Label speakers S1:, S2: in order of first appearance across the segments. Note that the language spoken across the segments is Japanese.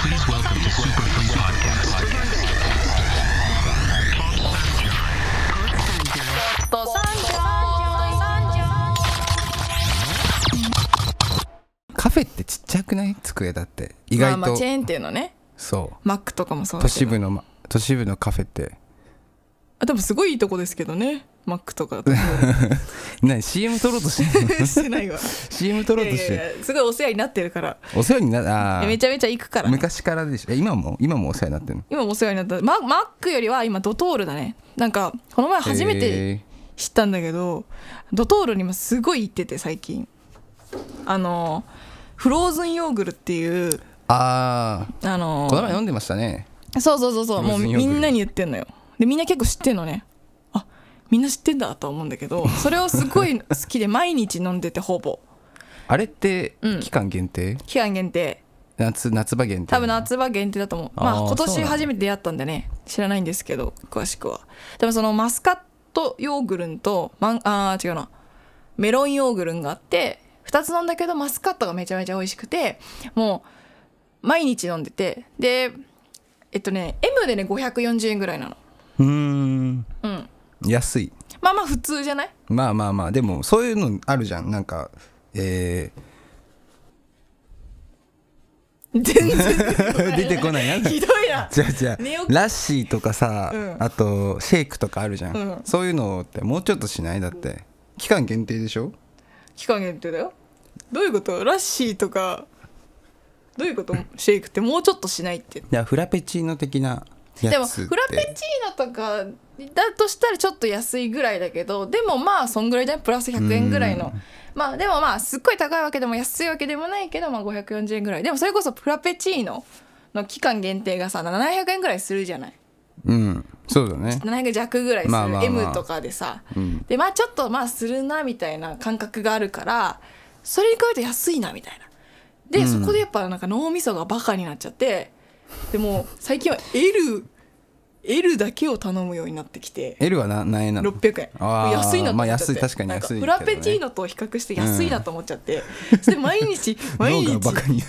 S1: Please welcome to Super Free Podcast.
S2: カフェってちっちゃくない机だって意
S3: まあ
S2: 外
S3: まあ
S2: と
S3: チェーン店のね
S2: そ
S3: マックとかもそううだ
S2: 都
S3: け
S2: 市
S3: ど
S2: 部のま都市部のカフェって
S3: あでもすごいいいとこですけどねマックと かだと
S2: 何 CM 撮ろうとしてんの
S3: してないわ
S2: CM 撮ろうとし
S3: いやい
S2: て
S3: やいやすごいお世話になってるから
S2: お世話になあー
S3: めちゃめちゃ行くから、ね、
S2: 昔からでしょえ今も今もお世話になってるの
S3: 今お世話になったママックよりは今ドトールだねなんかこの前初めて
S2: え
S3: 知ったんだけど、ドトールにもすごい行ってて最近あのフローズンヨーグルっていう
S2: ーああ
S3: あの
S2: この前読んでましたね
S3: そうそうそうそう
S2: フロー
S3: もう
S2: ズンヨーグル
S3: みんなに言ってんのよでみんな結構知ってんのねあみんな知ってんだとは思うんだけどそれをすごい好きで毎日飲んでてほぼ
S2: あれって
S3: うん
S2: 期間限定、
S3: 期間限定
S2: 夏夏場限定
S3: 多分夏場限定だと思うまあ
S2: あー
S3: 今
S2: そう
S3: 年
S2: なんだ
S3: 初めて出会ったんでね知らないんですけど詳しくはでもそのマスカットヨーグルンとマンあー違うなメロンヨーグルンがあって2つ飲んだけどマスカットがめちゃめちゃ美味しくてもう毎日飲んでてでえっとね M でね540円ぐらいなの
S2: うーん
S3: うん
S2: 安い
S3: まあまあ普通じゃない
S2: まあまあまあでもそういうのあるじゃんなんかえ
S3: 全然
S2: ー、出てこないなんだ
S3: ひどいな
S2: じゃあじゃあ
S3: 寝起き
S2: ラッシーとかさ、
S3: うん
S2: あとシェイクとかあるじゃん、
S3: うん
S2: そういうのってもうちょっとしないだって期間限定でしょ
S3: 期間限定だよどういうことラッシーとかどういうことシェイクってもうちょっとしないって
S2: いやフラペチーノ的な
S3: で
S2: や
S3: も
S2: つって
S3: フラペチーノとかだとしたらちょっと安いぐらいだけどでもまあそんぐらいじゃないプラス100円ぐらいのまあでもまあすっごい高いわけでも安いわけでもないけど、まあ、540円ぐらいでもそれこそフラペチーノの期間限定がさ700円ぐらいするじゃない
S2: うんそうだね
S3: 700円弱ぐらいする、
S2: まあまあまあ
S3: M とかでさ、
S2: うん
S3: でまあちょっとまあするなみたいな感覚があるからそれに比べて安いなみたいなで、そこでやっぱなんか脳みそがバカになっちゃってでもう最近は LL だけを頼むようになってきて
S2: L はな何円なの
S3: 600円
S2: あー
S3: もう安いなと思っちゃって、
S2: まあ安い確かに安いけどね
S3: なんかフラペチーノと比較して安いなと思っちゃって、それ毎日毎日
S2: 脳がバカになる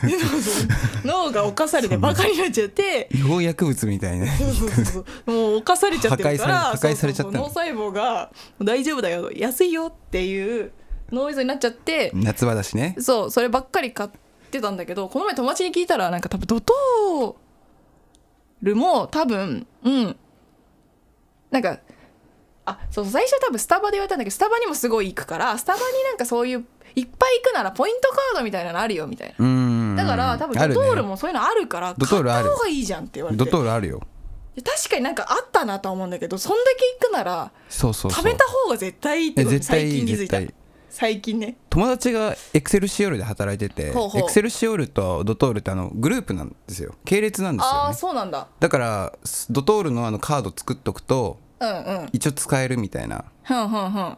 S3: 脳が犯されてバカになっちゃって
S2: 違法薬物み たいね
S3: そうそうそうそうもう犯されちゃってるから
S2: 破壊され破壊されちゃったの
S3: そうそうそう脳細胞が大丈夫だよ安いよっていうノイズになっちゃって、
S2: 夏場だしね
S3: そうそればっかり買ってたんだけどこの前友達に聞いたらなんか多分ドトールも多分うんなんかあそうそう最初は多分スタバで言われたんだけどスタバにもすごい行くからスタバになんかそういういっぱい行くならポイントカードみたいなのあるよみたいな。
S2: うーん
S3: だから多分
S2: あ
S3: ド
S2: る
S3: トール
S2: ね
S3: もそういうのあるから
S2: ドトー
S3: 買っ
S2: ルあ
S3: た
S2: る
S3: 方がいいじゃんって言われて
S2: ドトールあるよ
S3: で確かになんかあったなとは思うんだけどそんだけ行くなら
S2: そうそうそう
S3: 食べた方が絶対いいってこと
S2: え絶対いい
S3: 最近気づいた
S2: 絶対
S3: 最近ね
S2: 友達がエクセルシオールで働いてて
S3: ほうほう
S2: エクセルシオールとドトールってあのグループなんですよ系列なんです
S3: あ
S2: よ
S3: あ
S2: ね
S3: そうなんだ
S2: だからスドトールのあのカード作っとくと
S3: うんうん
S2: 一応使えるみたいな
S3: ふんふんふん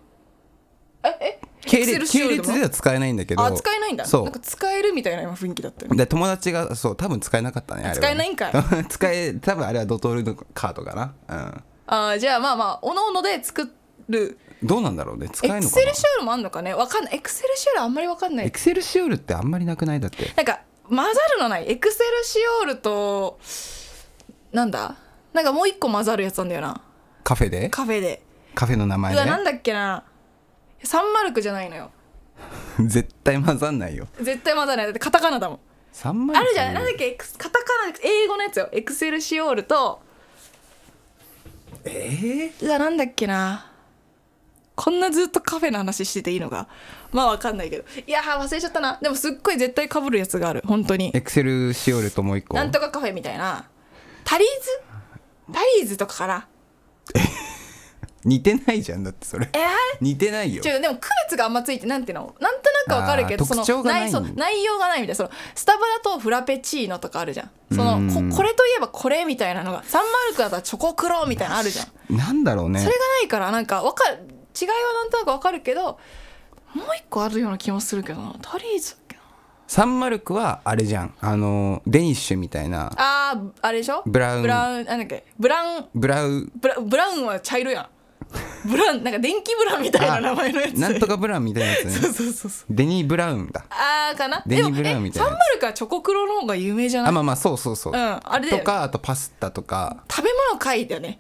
S3: ええ
S2: 系
S3: Excel
S2: 列
S3: シー
S2: 系
S3: ル
S2: 列では使えないんだけど
S3: あ使えないんだ
S2: そ
S3: なん
S2: う
S3: か使えるみたいな今雰囲気だったよね
S2: で友達がそう多分使えなかったねあれはね
S3: 使えないんか
S2: 使え多分あれはドトールのカードかな
S3: あーじゃあまあまあおのおので作る
S2: うんどうなんだろうね使
S3: エ
S2: える
S3: ク
S2: のか
S3: セ
S2: な
S3: ルシオールもあんのかねわかんないエクセルシオールあんまりわかんな
S2: エ
S3: い
S2: クセルシオールってあんまりなくないだって
S3: なんか混ざるのないエクセルシオールとなんだなんかもう一個混ざるやつなんだよな
S2: カフェで
S3: カフェで
S2: カフェの名前
S3: う
S2: ね
S3: わなんだっけな309じゃないのよ
S2: 絶対混ざんないよ
S3: 絶対まだないだってカタカナだもん
S2: 3万
S3: あるじゃないなんだっけエクスカタカナ英語のやつよエクセルシオールと
S2: ええ
S3: うわなんだっけなこんなずっとカフェの話してていいのかまあわかんないけどいやー忘れちゃったなでもすっごい絶対かぶるやつがある本当に
S2: エクセルシオールともう一個
S3: なんとかカフェみたいなタリーズタリーズとかかな
S2: 似てないじゃんだってそれ
S3: えー
S2: 似てないよ
S3: ちょでも区別があんまついてなんていうのなんとなくわかるけど
S2: あー
S3: その
S2: 特徴がない
S3: 内そう内容がないみたいなそのスタバだとフラペチーノとかあるじゃんそのここれといえばこれみたいなのがサンマルクだったらチョコクローみたいなのあるじゃんそ
S2: なんだろうね
S3: れがないからなんかわかる違いはなんとなくわかるけどもう一個あるような気もするけどなタリーズだっけな
S2: サンマルクはあれじゃんあのデニッシュみたいな
S3: あーあれでしょ
S2: ブラウン
S3: ブラウンなんだっけブラウン
S2: ブラウ
S3: ブラブラウンは茶色やんブランなんか電気ブランみたいな 名前のやつ
S2: なんとかブラウンみたいなやつね
S3: そうそうそうそう
S2: デニー・ブラウンだ
S3: あーかな
S2: デニブラウンみたいな
S3: でもえ30かチョコクロの方が有名じゃな
S2: あ
S3: い、
S2: まあまあそうそうそう、
S3: うんあれだよ
S2: とかあとパスタとか
S3: 食べ物会だね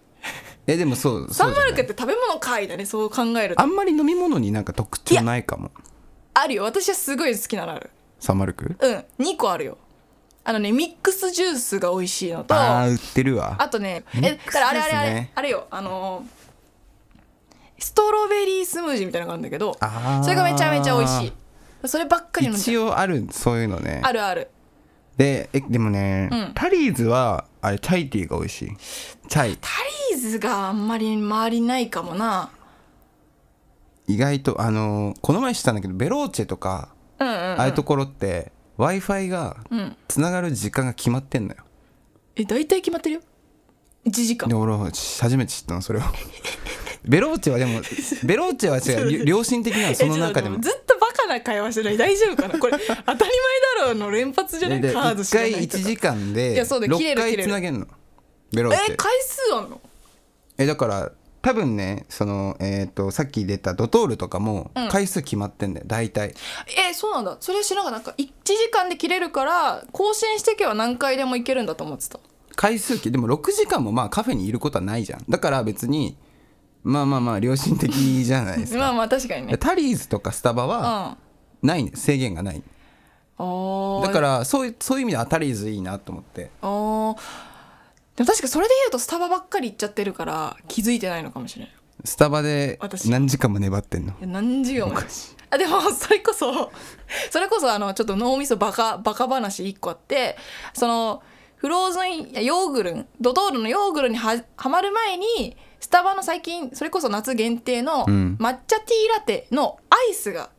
S2: えでもそうそうじゃない
S3: 309って食べ物会だねそう考えると
S2: あ
S3: あ
S2: んまり飲み物になんか特徴ないかも
S3: るよ私はすごい好きなのある
S2: サンマルク
S3: うん2個あるよあのねミックスジュースが美味しいのと
S2: あ
S3: あ
S2: あ売ってるわ
S3: とね
S2: ミ
S3: え
S2: ッ
S3: だ
S2: クス
S3: からあれあれ
S2: です
S3: あれ、
S2: ね
S3: あれよあのーストロベリースムージーみたいなのがあるんだけど
S2: あー
S3: それがめちゃめちゃ美味しいそればっかり飲んじ
S2: 一
S3: ゃう
S2: 応あるそういうのね
S3: あるある
S2: でえでもね、
S3: うん
S2: タリーズはあれチャイティーが美味しいチャイ
S3: タリーズがあんまり周りないかもな
S2: 意外とあのーこの前知ったんだけどベローチェとか、
S3: うんうん、うん、
S2: ああいうところって w i f i が
S3: うん
S2: つながる時間が決まってんのよ、
S3: え大体決まってるよ1時間
S2: で俺は初めて知ったのそれを ベローチェは でもベローチェは違うりょ良心的なのその中でも
S3: えちょっと待ってずっとバカな会話してない大丈夫かなこれ当たり前だろうの連発じゃない
S2: で
S3: カードし
S2: 1
S3: かな
S2: 回
S3: いとか
S2: 1時間
S3: い
S2: で
S3: やそうだよ切れ
S2: 6
S3: る切
S2: 回
S3: れ
S2: つ
S3: る
S2: なげんのベローチ
S3: え
S2: ェ
S3: 回数あんの
S2: えだから多分ねその、えー、とさっき出たドトールとかも
S3: うん
S2: 回数決まってんだよ大体
S3: えそうなんだそれは知らなかったなんか1時間で切れるから更新してけば何回でもいけるんだと思ってた
S2: 回数決でも6時間もまあカフェにいることはないじゃんだから別にまあまあまあ良心的じゃないですか
S3: まあまあ確かにね
S2: タリーズとかスタバ
S3: うん
S2: は
S3: あ
S2: ない、ね、制限がない
S3: ー
S2: だからそういうそういう意味ではタリーズいいなと思って
S3: あーでも確かそれで言うとスタバばっかり行っちゃってるから気づいてないのかもしれない
S2: スタバで
S3: 私
S2: 何時間も粘ってんの
S3: いや何時間もあでもそれこそそれこそあのちょっと脳みそバカバカ話1個あってそのフローズンいやヨーグルンドトールのヨーグルンにははまる前にスタバの最近それこそ夏限定の
S2: うん
S3: 抹茶ティーラテのアイスが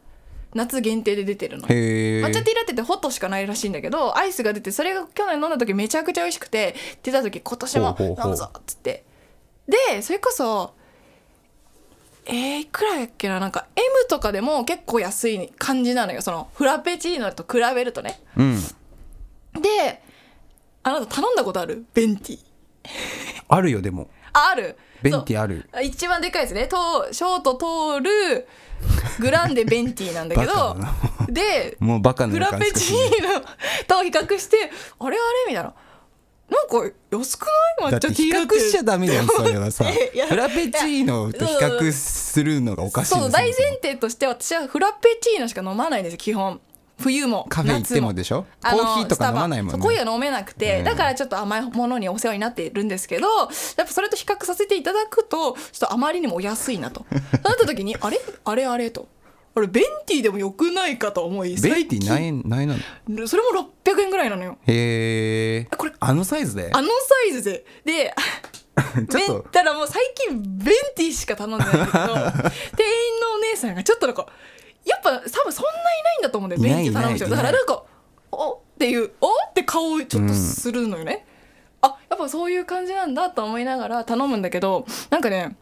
S3: 夏限定で出てるのよ
S2: へえ
S3: 抹茶ティーラテってホットしかないらしいんだけどアイスが出てそれが去年飲んだ時めちゃくちゃ美味しくて出た時今年
S2: ほ
S3: も
S2: うほうほう
S3: 飲むぞっつってでそれこそえー、いくらやっけななんか M とかでも結構安い感じなのよそのフラペチーノと比べるとね
S2: うん
S3: であなた頼んだことあるベンティ
S2: あるよでも
S3: あある
S2: ベンティ
S3: あ
S2: ある
S3: 一番でかいですねとショート通るグランデベンティなんだけ
S2: バ
S3: ど
S2: カだな
S3: で
S2: もうバカな
S3: フ
S2: 予
S3: ラ
S2: 感
S3: ペ
S2: しか
S3: チ
S2: しない
S3: ーノと比較してあれあれみたいななんか安くない
S2: だ
S3: 抹
S2: って
S3: 茶
S2: 比較しちゃダメだよそれはさ
S3: いや
S2: フラペチーノと比較するのがおかしい
S3: そう大前提として私はフラペチーノしか飲まないんですよ基本冬も
S2: カフェ行って
S3: 夏
S2: もでしょコ
S3: あの
S2: ーヒーとか飲まないも
S3: ス
S2: ん
S3: タバそうコ
S2: ね
S3: ーヒーは飲めなくて、
S2: うん
S3: だからちょっと甘いものにお世話になっているんですけどやっぱそれと比較させていただくとちょっとあまりにもお安い なとなった時にあれあれあれとあれベンティーでもよくないかと思い
S2: ベイティー何
S3: 最
S2: 円何円なの
S3: 近それも600円ぐらいなのよ
S2: へえ
S3: これ
S2: あのサイズで
S3: あのサイズでで
S2: ちょっ
S3: ベン
S2: と
S3: たらもう最近ベンティーしか頼んでないんだ けど店員のお姉さんがちょっとなんかやっぱ多分そんないないんだと思うんだよ
S2: い
S3: ベ
S2: な
S3: ン
S2: い
S3: ティー頼む人だから
S2: いな
S3: なんか「おっ」ていう「おっ」て顔をちょっとするのよね、あやっぱそういう感じなんだと思いながら頼むんだけどなんかね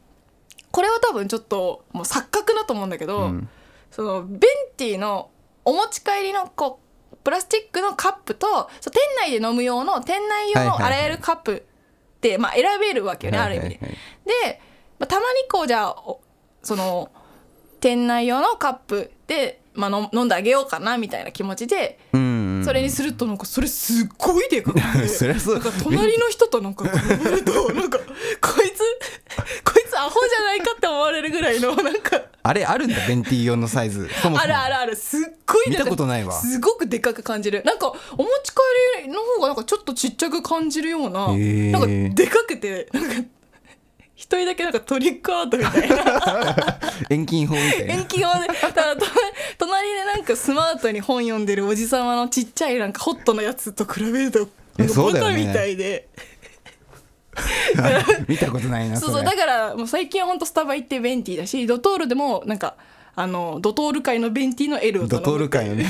S3: これは多分ちょっともう錯覚だと思うんだけど、
S2: うん
S3: そのベンティーのお持ち帰りのこうプラスチックのカップとそう店内で飲む用の店内用
S2: はい
S3: の
S2: は
S3: 洗
S2: いはい
S3: えるカップって、まあ、選べるわけよね、
S2: はいはいはい
S3: ある意味で。で、まあ、たまにこうじゃあおその店内用のカップで、まあ、の飲んであげようかなみたいな気持ちで
S2: うんうん
S3: それにするとなんかそれすっごいでかくて
S2: そりゃそう
S3: なんか隣の人となんか比べるとなんかこいつこいつアホじゃないかって思われるぐらいのなんか。
S2: あれあるんだベンティー用のサイ ズそもそ
S3: あ
S2: も
S3: るあるあるすっごい
S2: 見たことないわ
S3: すごくでかく感じるなんかお持ち帰りの方がなんかちょっとちっちゃく感じるような、
S2: へー
S3: なんかでかくてなんか一人だけなんかトリックアートみた いな
S2: 遠近法みたいな
S3: 遠近をねただと隣でなんかスマートに本読んでるおじさまのちっちゃいなんかホットなやつと比べると
S2: えそうだよね
S3: バカみたいで
S2: 見たことないな
S3: そう
S2: そ
S3: そう
S2: れ
S3: だからもう最近はほんとスタバ行ってベンティーだしドトールでもなんかあのドトール界のベンティーの L を頼む
S2: ドトール界よ ね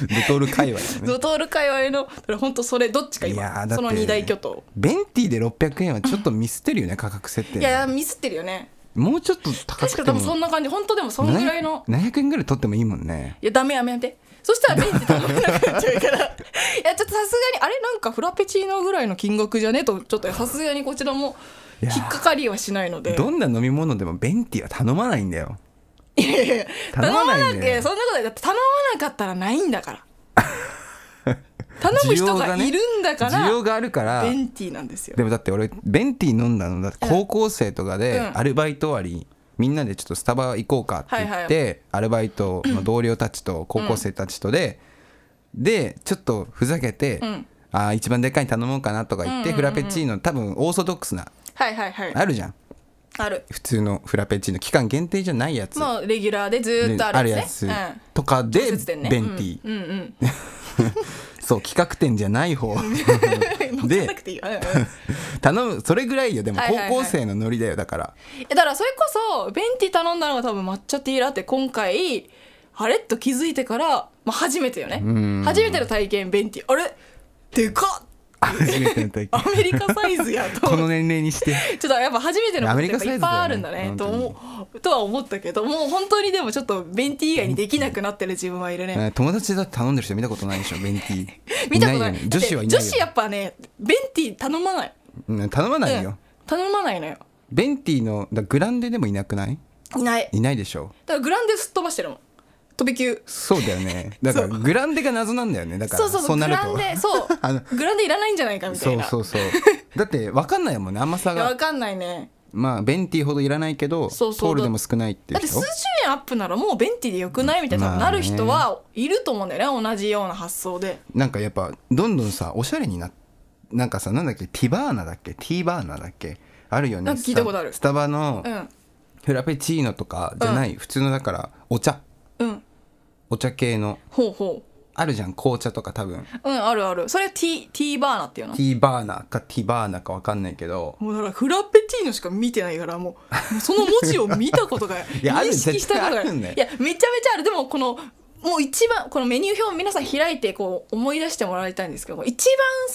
S2: ドトール界隈だね
S3: ドトール界隈のだから本当それどっちか
S2: いやーだ
S3: 今
S2: って
S3: その二大巨頭
S2: ベンティーで600円はちょっとミスってるよね価格設定
S3: いやミスってるよね
S2: もうちょっと高
S3: 確
S2: く
S3: か
S2: て
S3: で
S2: も
S3: もそんな感じ本当でもそのぐらいの
S2: 700円ぐらい取ってもいいもんね
S3: いやダメやめやめてそしたらベンチ頼めな くなっちゃうからいやちょっとさすがにあれなんかフラペチーノぐらいの金額じゃねとちょっとさすがにこちらも
S2: いや
S3: 引っかかりはしないので
S2: どんな飲み物でもベンティは頼まないんだよ
S3: いやいや
S2: 頼
S3: 頼
S2: ま
S3: ま
S2: ない
S3: な
S2: ね
S3: きゃそんなことだって頼まなかったらないん だから頼む人がいるんだから、
S2: 需要があるから
S3: ベンティーなんですよ
S2: でもだって俺ベンティー飲んだのだって高校生とかで
S3: うん
S2: アルバイト終わり、みんなでちょっとスタバ行こうかって言って、
S3: は
S2: アルバイトの同僚たちと高校生たちとで、でちょっとふざけて、
S3: ん
S2: あー一番でかいに頼もうかなとか言って、フラペチーノ多分オーソドックスな
S3: はいはいはい
S2: あるじゃん
S3: ある
S2: 普通のフラペチーノ期間限定じゃないやつ、
S3: まあレギュラーでず
S2: で
S3: ーっとあるや
S2: や
S3: つ
S2: つ
S3: ね
S2: とかで
S3: う
S2: ベ
S3: ん、
S2: ン
S3: 節
S2: テ
S3: 電ね
S2: ィー、
S3: うんうん
S2: そう企画展じゃない 方
S3: うん乗っかんなくていいよ うんうん
S2: 頼むそれぐらいよでも
S3: はいはいはい
S2: 高校生のノリだよだから
S3: えだからそれこそベンティ頼んだのが多分抹茶ティーラテ今回あれっと気づいてから、まあ、初めてよね
S2: ん
S3: 初めての体験ベンティあれでかっ
S2: 初めての 時
S3: アメリカサイズやと
S2: こ
S3: 思
S2: の
S3: って。
S2: 年齢に して
S3: ちょっとやっぱ初めてのことってやっぱいっぱいあるんだ
S2: ア
S3: ね
S2: メリカ
S3: と
S2: サイズだよね
S3: 思うとは思ったけどもう本当にでもちょっとベンティ以外にできなくなってる自分はいるね
S2: えー友達だって頼んでる人見たことないでしょベンティー
S3: 見たことな
S2: よ
S3: い
S2: ね女子はいな
S3: だっ
S2: いよ
S3: て女子やっぱねベンティ頼まない
S2: うん頼まないよ、
S3: うん頼まないのよ
S2: ベンティーのだグランデでもいなくない
S3: いない
S2: いないでしょ
S3: だからグランデすっ飛ばしてるもん飛び級
S2: そうだよね だからグランデが謎なんだよねだから
S3: そうそうそう
S2: な
S3: グ
S2: る
S3: ラ
S2: と
S3: ンデそう
S2: あの
S3: グランデいらないんじゃないかみた
S2: そ
S3: いうな
S2: そう そうだって分かんないもんね甘さ
S3: いや
S2: が
S3: わかんないね
S2: まあベンティーほどいらないけど
S3: そうそう
S2: トールでも少ないってい
S3: だ
S2: う
S3: って数
S2: 人
S3: 十円アップならもうベンティでよくないみたいな、多分なる人
S2: ま
S3: はいると思うんだよね同じような発想で
S2: なんかやっぱどんどんさおしゃれになっなんかさなんだっけティバーナだっけティーバーナだっけあるよね
S3: なんか聞いたことある
S2: スタバの
S3: うん
S2: フラペチーノとかじゃない、普通のだからお茶
S3: うん
S2: お茶系の
S3: ほうほ
S2: あるじゃん紅茶とか多分
S3: ううんあるあるそれティティーバーナっていうの
S2: ティーバーナかティバーナか分かんないけど
S3: もうだからフラペチーノしか見てないからもうもうその文字を見たことが
S2: いやある
S3: 認識したことが
S2: 絶対あるんだよ
S3: いやめちゃめちゃあるでもこのもう一番このメニュー表を皆さん開いてこう思い出してもらいたいんですけど一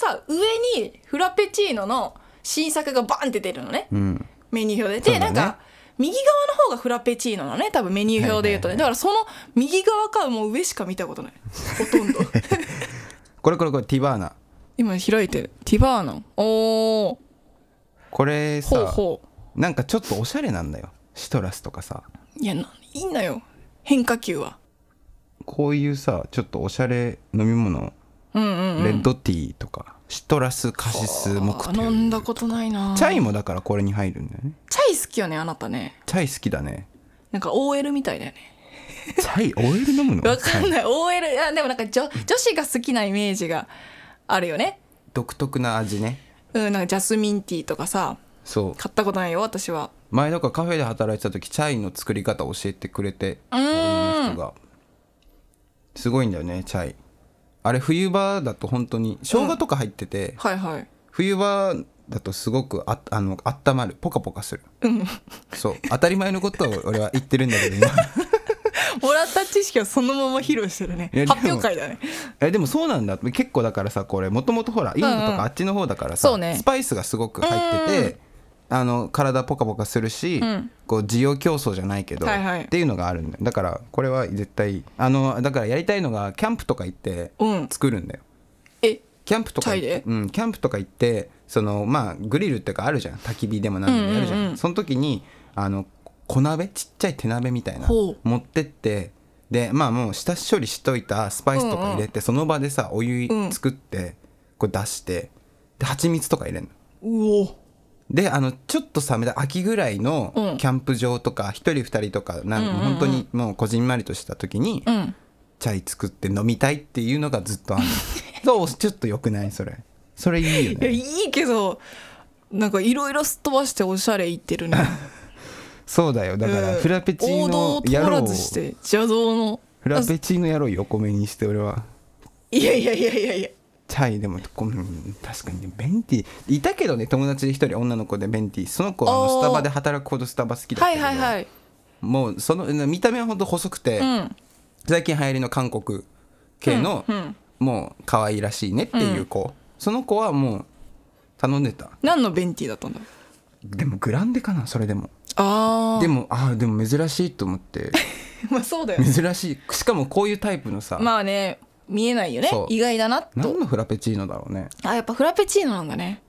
S3: 番さ上にフラペチーノの新作がバンって出るのね、
S2: うん
S3: メニュー表で。で、
S2: そうだ
S3: な
S2: ね
S3: んか、右側の方がフラペチーノのね、多分メニュー表で言うとね。だからその右側かもう上しか見たことない。ほとんど。
S2: これこれこれティバーナ
S3: 今開いてる。ティバーナ。おー。
S2: これさ
S3: ほうほ
S2: なんかちょっとおしゃれなんだよシトラスとかさ
S3: う。いや、な、いいんだよ。変化球は。
S2: こういうさちょっとおしゃれ飲み物
S3: うんうんうん。
S2: レッドティーとか、シトラスカシスモク
S3: あ
S2: テ
S3: 飲
S2: ル
S3: んだことないな
S2: チャイもだからこれに入るんだよね
S3: チャイ好きよね、あなたね。
S2: チャイ好きだね
S3: なんか OL みたいだよね。
S2: チャイオイル飲むの
S3: わかん
S2: チャイ
S3: ない。OL、いや、でもなんか女、女子が好きなイメージがあるよね。
S2: 独特な味ね
S3: うん、なんかジャスミンティーとかさ、
S2: そう
S3: 買ったことないよ、私は。
S2: 前だからカフェで働いてた時チャイの作り方教えてくれて
S3: うーん
S2: 女の人がすごいんだよねチャイあれ冬場だと本当に生姜とか入ってて、
S3: はいはい。
S2: 冬場だとすごくああの温まるポカポカする、そう当たり前のことを俺は言ってるんだけど今
S3: もらった知識をそのまま披露してるね
S2: いやでも
S3: 発表会だね
S2: えでもそうなんだ結構だからさこれもともとほらインドと
S3: うんうん
S2: かあっちの方だからさ、
S3: そうね
S2: スパイスがすごく入ってて、あの体ポカポカするし、
S3: ん
S2: こう需要競争じゃないけど、
S3: はいはい
S2: っていうのがあるんだよだからこれは絶対あのだからやりたいのがキャンプとか行って
S3: うん
S2: 作るんだよ、
S3: え
S2: キャンプとか行って
S3: タイで
S2: うん、キャンプとか行ってそのまあグリルっていうかあるじゃん焚き火でも何でもやるじゃん,、
S3: うんうんうん
S2: その時にあの小鍋ちっちゃい手鍋みたいな
S3: ほう
S2: 持ってってでまあもう下処理しといたスパイスとか入れて、その場でさお湯
S3: うん
S2: 作って、こう出してで蜂蜜とか入れるの
S3: うお
S2: であのちょっとさめた秋ぐらいの
S3: うん
S2: キャンプ場とか一、人二人とかなんか
S3: うんうんうん
S2: 本当にもうこじんまりとした時に、
S3: うん
S2: チャイ作って飲みたいっていうのがずっ とあるそうちょっとよくないそれそれいいよ
S3: いや
S2: ね
S3: いいけどなんかいろいろすっ飛ばしておしゃれ言ってるね
S2: そうだ よだから
S3: うん
S2: フラペチー
S3: 王道
S2: ノ
S3: を通
S2: やろ
S3: ら
S2: う
S3: ずして邪道の
S2: フラペチーノやろう横目にして俺はい
S3: やいやいやいやいや
S2: チャイでもこうん確かにねベンティいたけどね友達で一人女の子でベンティその子はあの
S3: おー
S2: スタバで働くほどスタバ好きだった
S3: はい
S2: けど、
S3: はいはい
S2: もうその見た目はほんと細くて、
S3: うん
S2: 最近流行りの韓国系の、
S3: うんうん
S2: もう可愛らしいねっていう子、その子はもう頼んでた
S3: 何のベンティーだったんだ
S2: でもグランデかなそれでも
S3: ああ
S2: でもああでも珍しいと思って
S3: まあそうだよね
S2: 珍しいしかもこういうタイプのさ、
S3: まあね見えないよね
S2: そう
S3: 意外だなと
S2: 何のフラペチーノだろうね
S3: あやっぱフラペチーノなんだね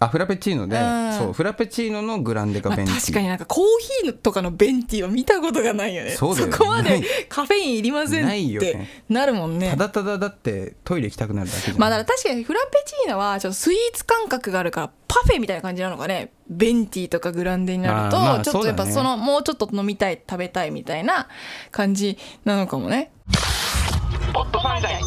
S2: あフラペチーノで、
S3: うん
S2: そうフラペチーノのグランデか
S3: まあ、
S2: ベンティ、
S3: 確かになんかコーヒーとかのベンティーは見たことがないよね
S2: そうだよね
S3: こま
S2: な
S3: で
S2: い
S3: カフェインいりません
S2: ない
S3: っ
S2: よ
S3: て
S2: ね
S3: なるもんね
S2: ただただだってトイレ行きたくなるだけじゃん、
S3: まあだから確かにフラペチーノはちょっとスイーツ感覚があるからパフェみたいな感じなのかねベンティーとかグランデになると
S2: あーまあ
S3: ちょっとやっぱ
S2: そ
S3: そう
S2: だ
S3: のもうちょっと飲みたい食べたいみたいな感じなのかもね
S1: ポット漫才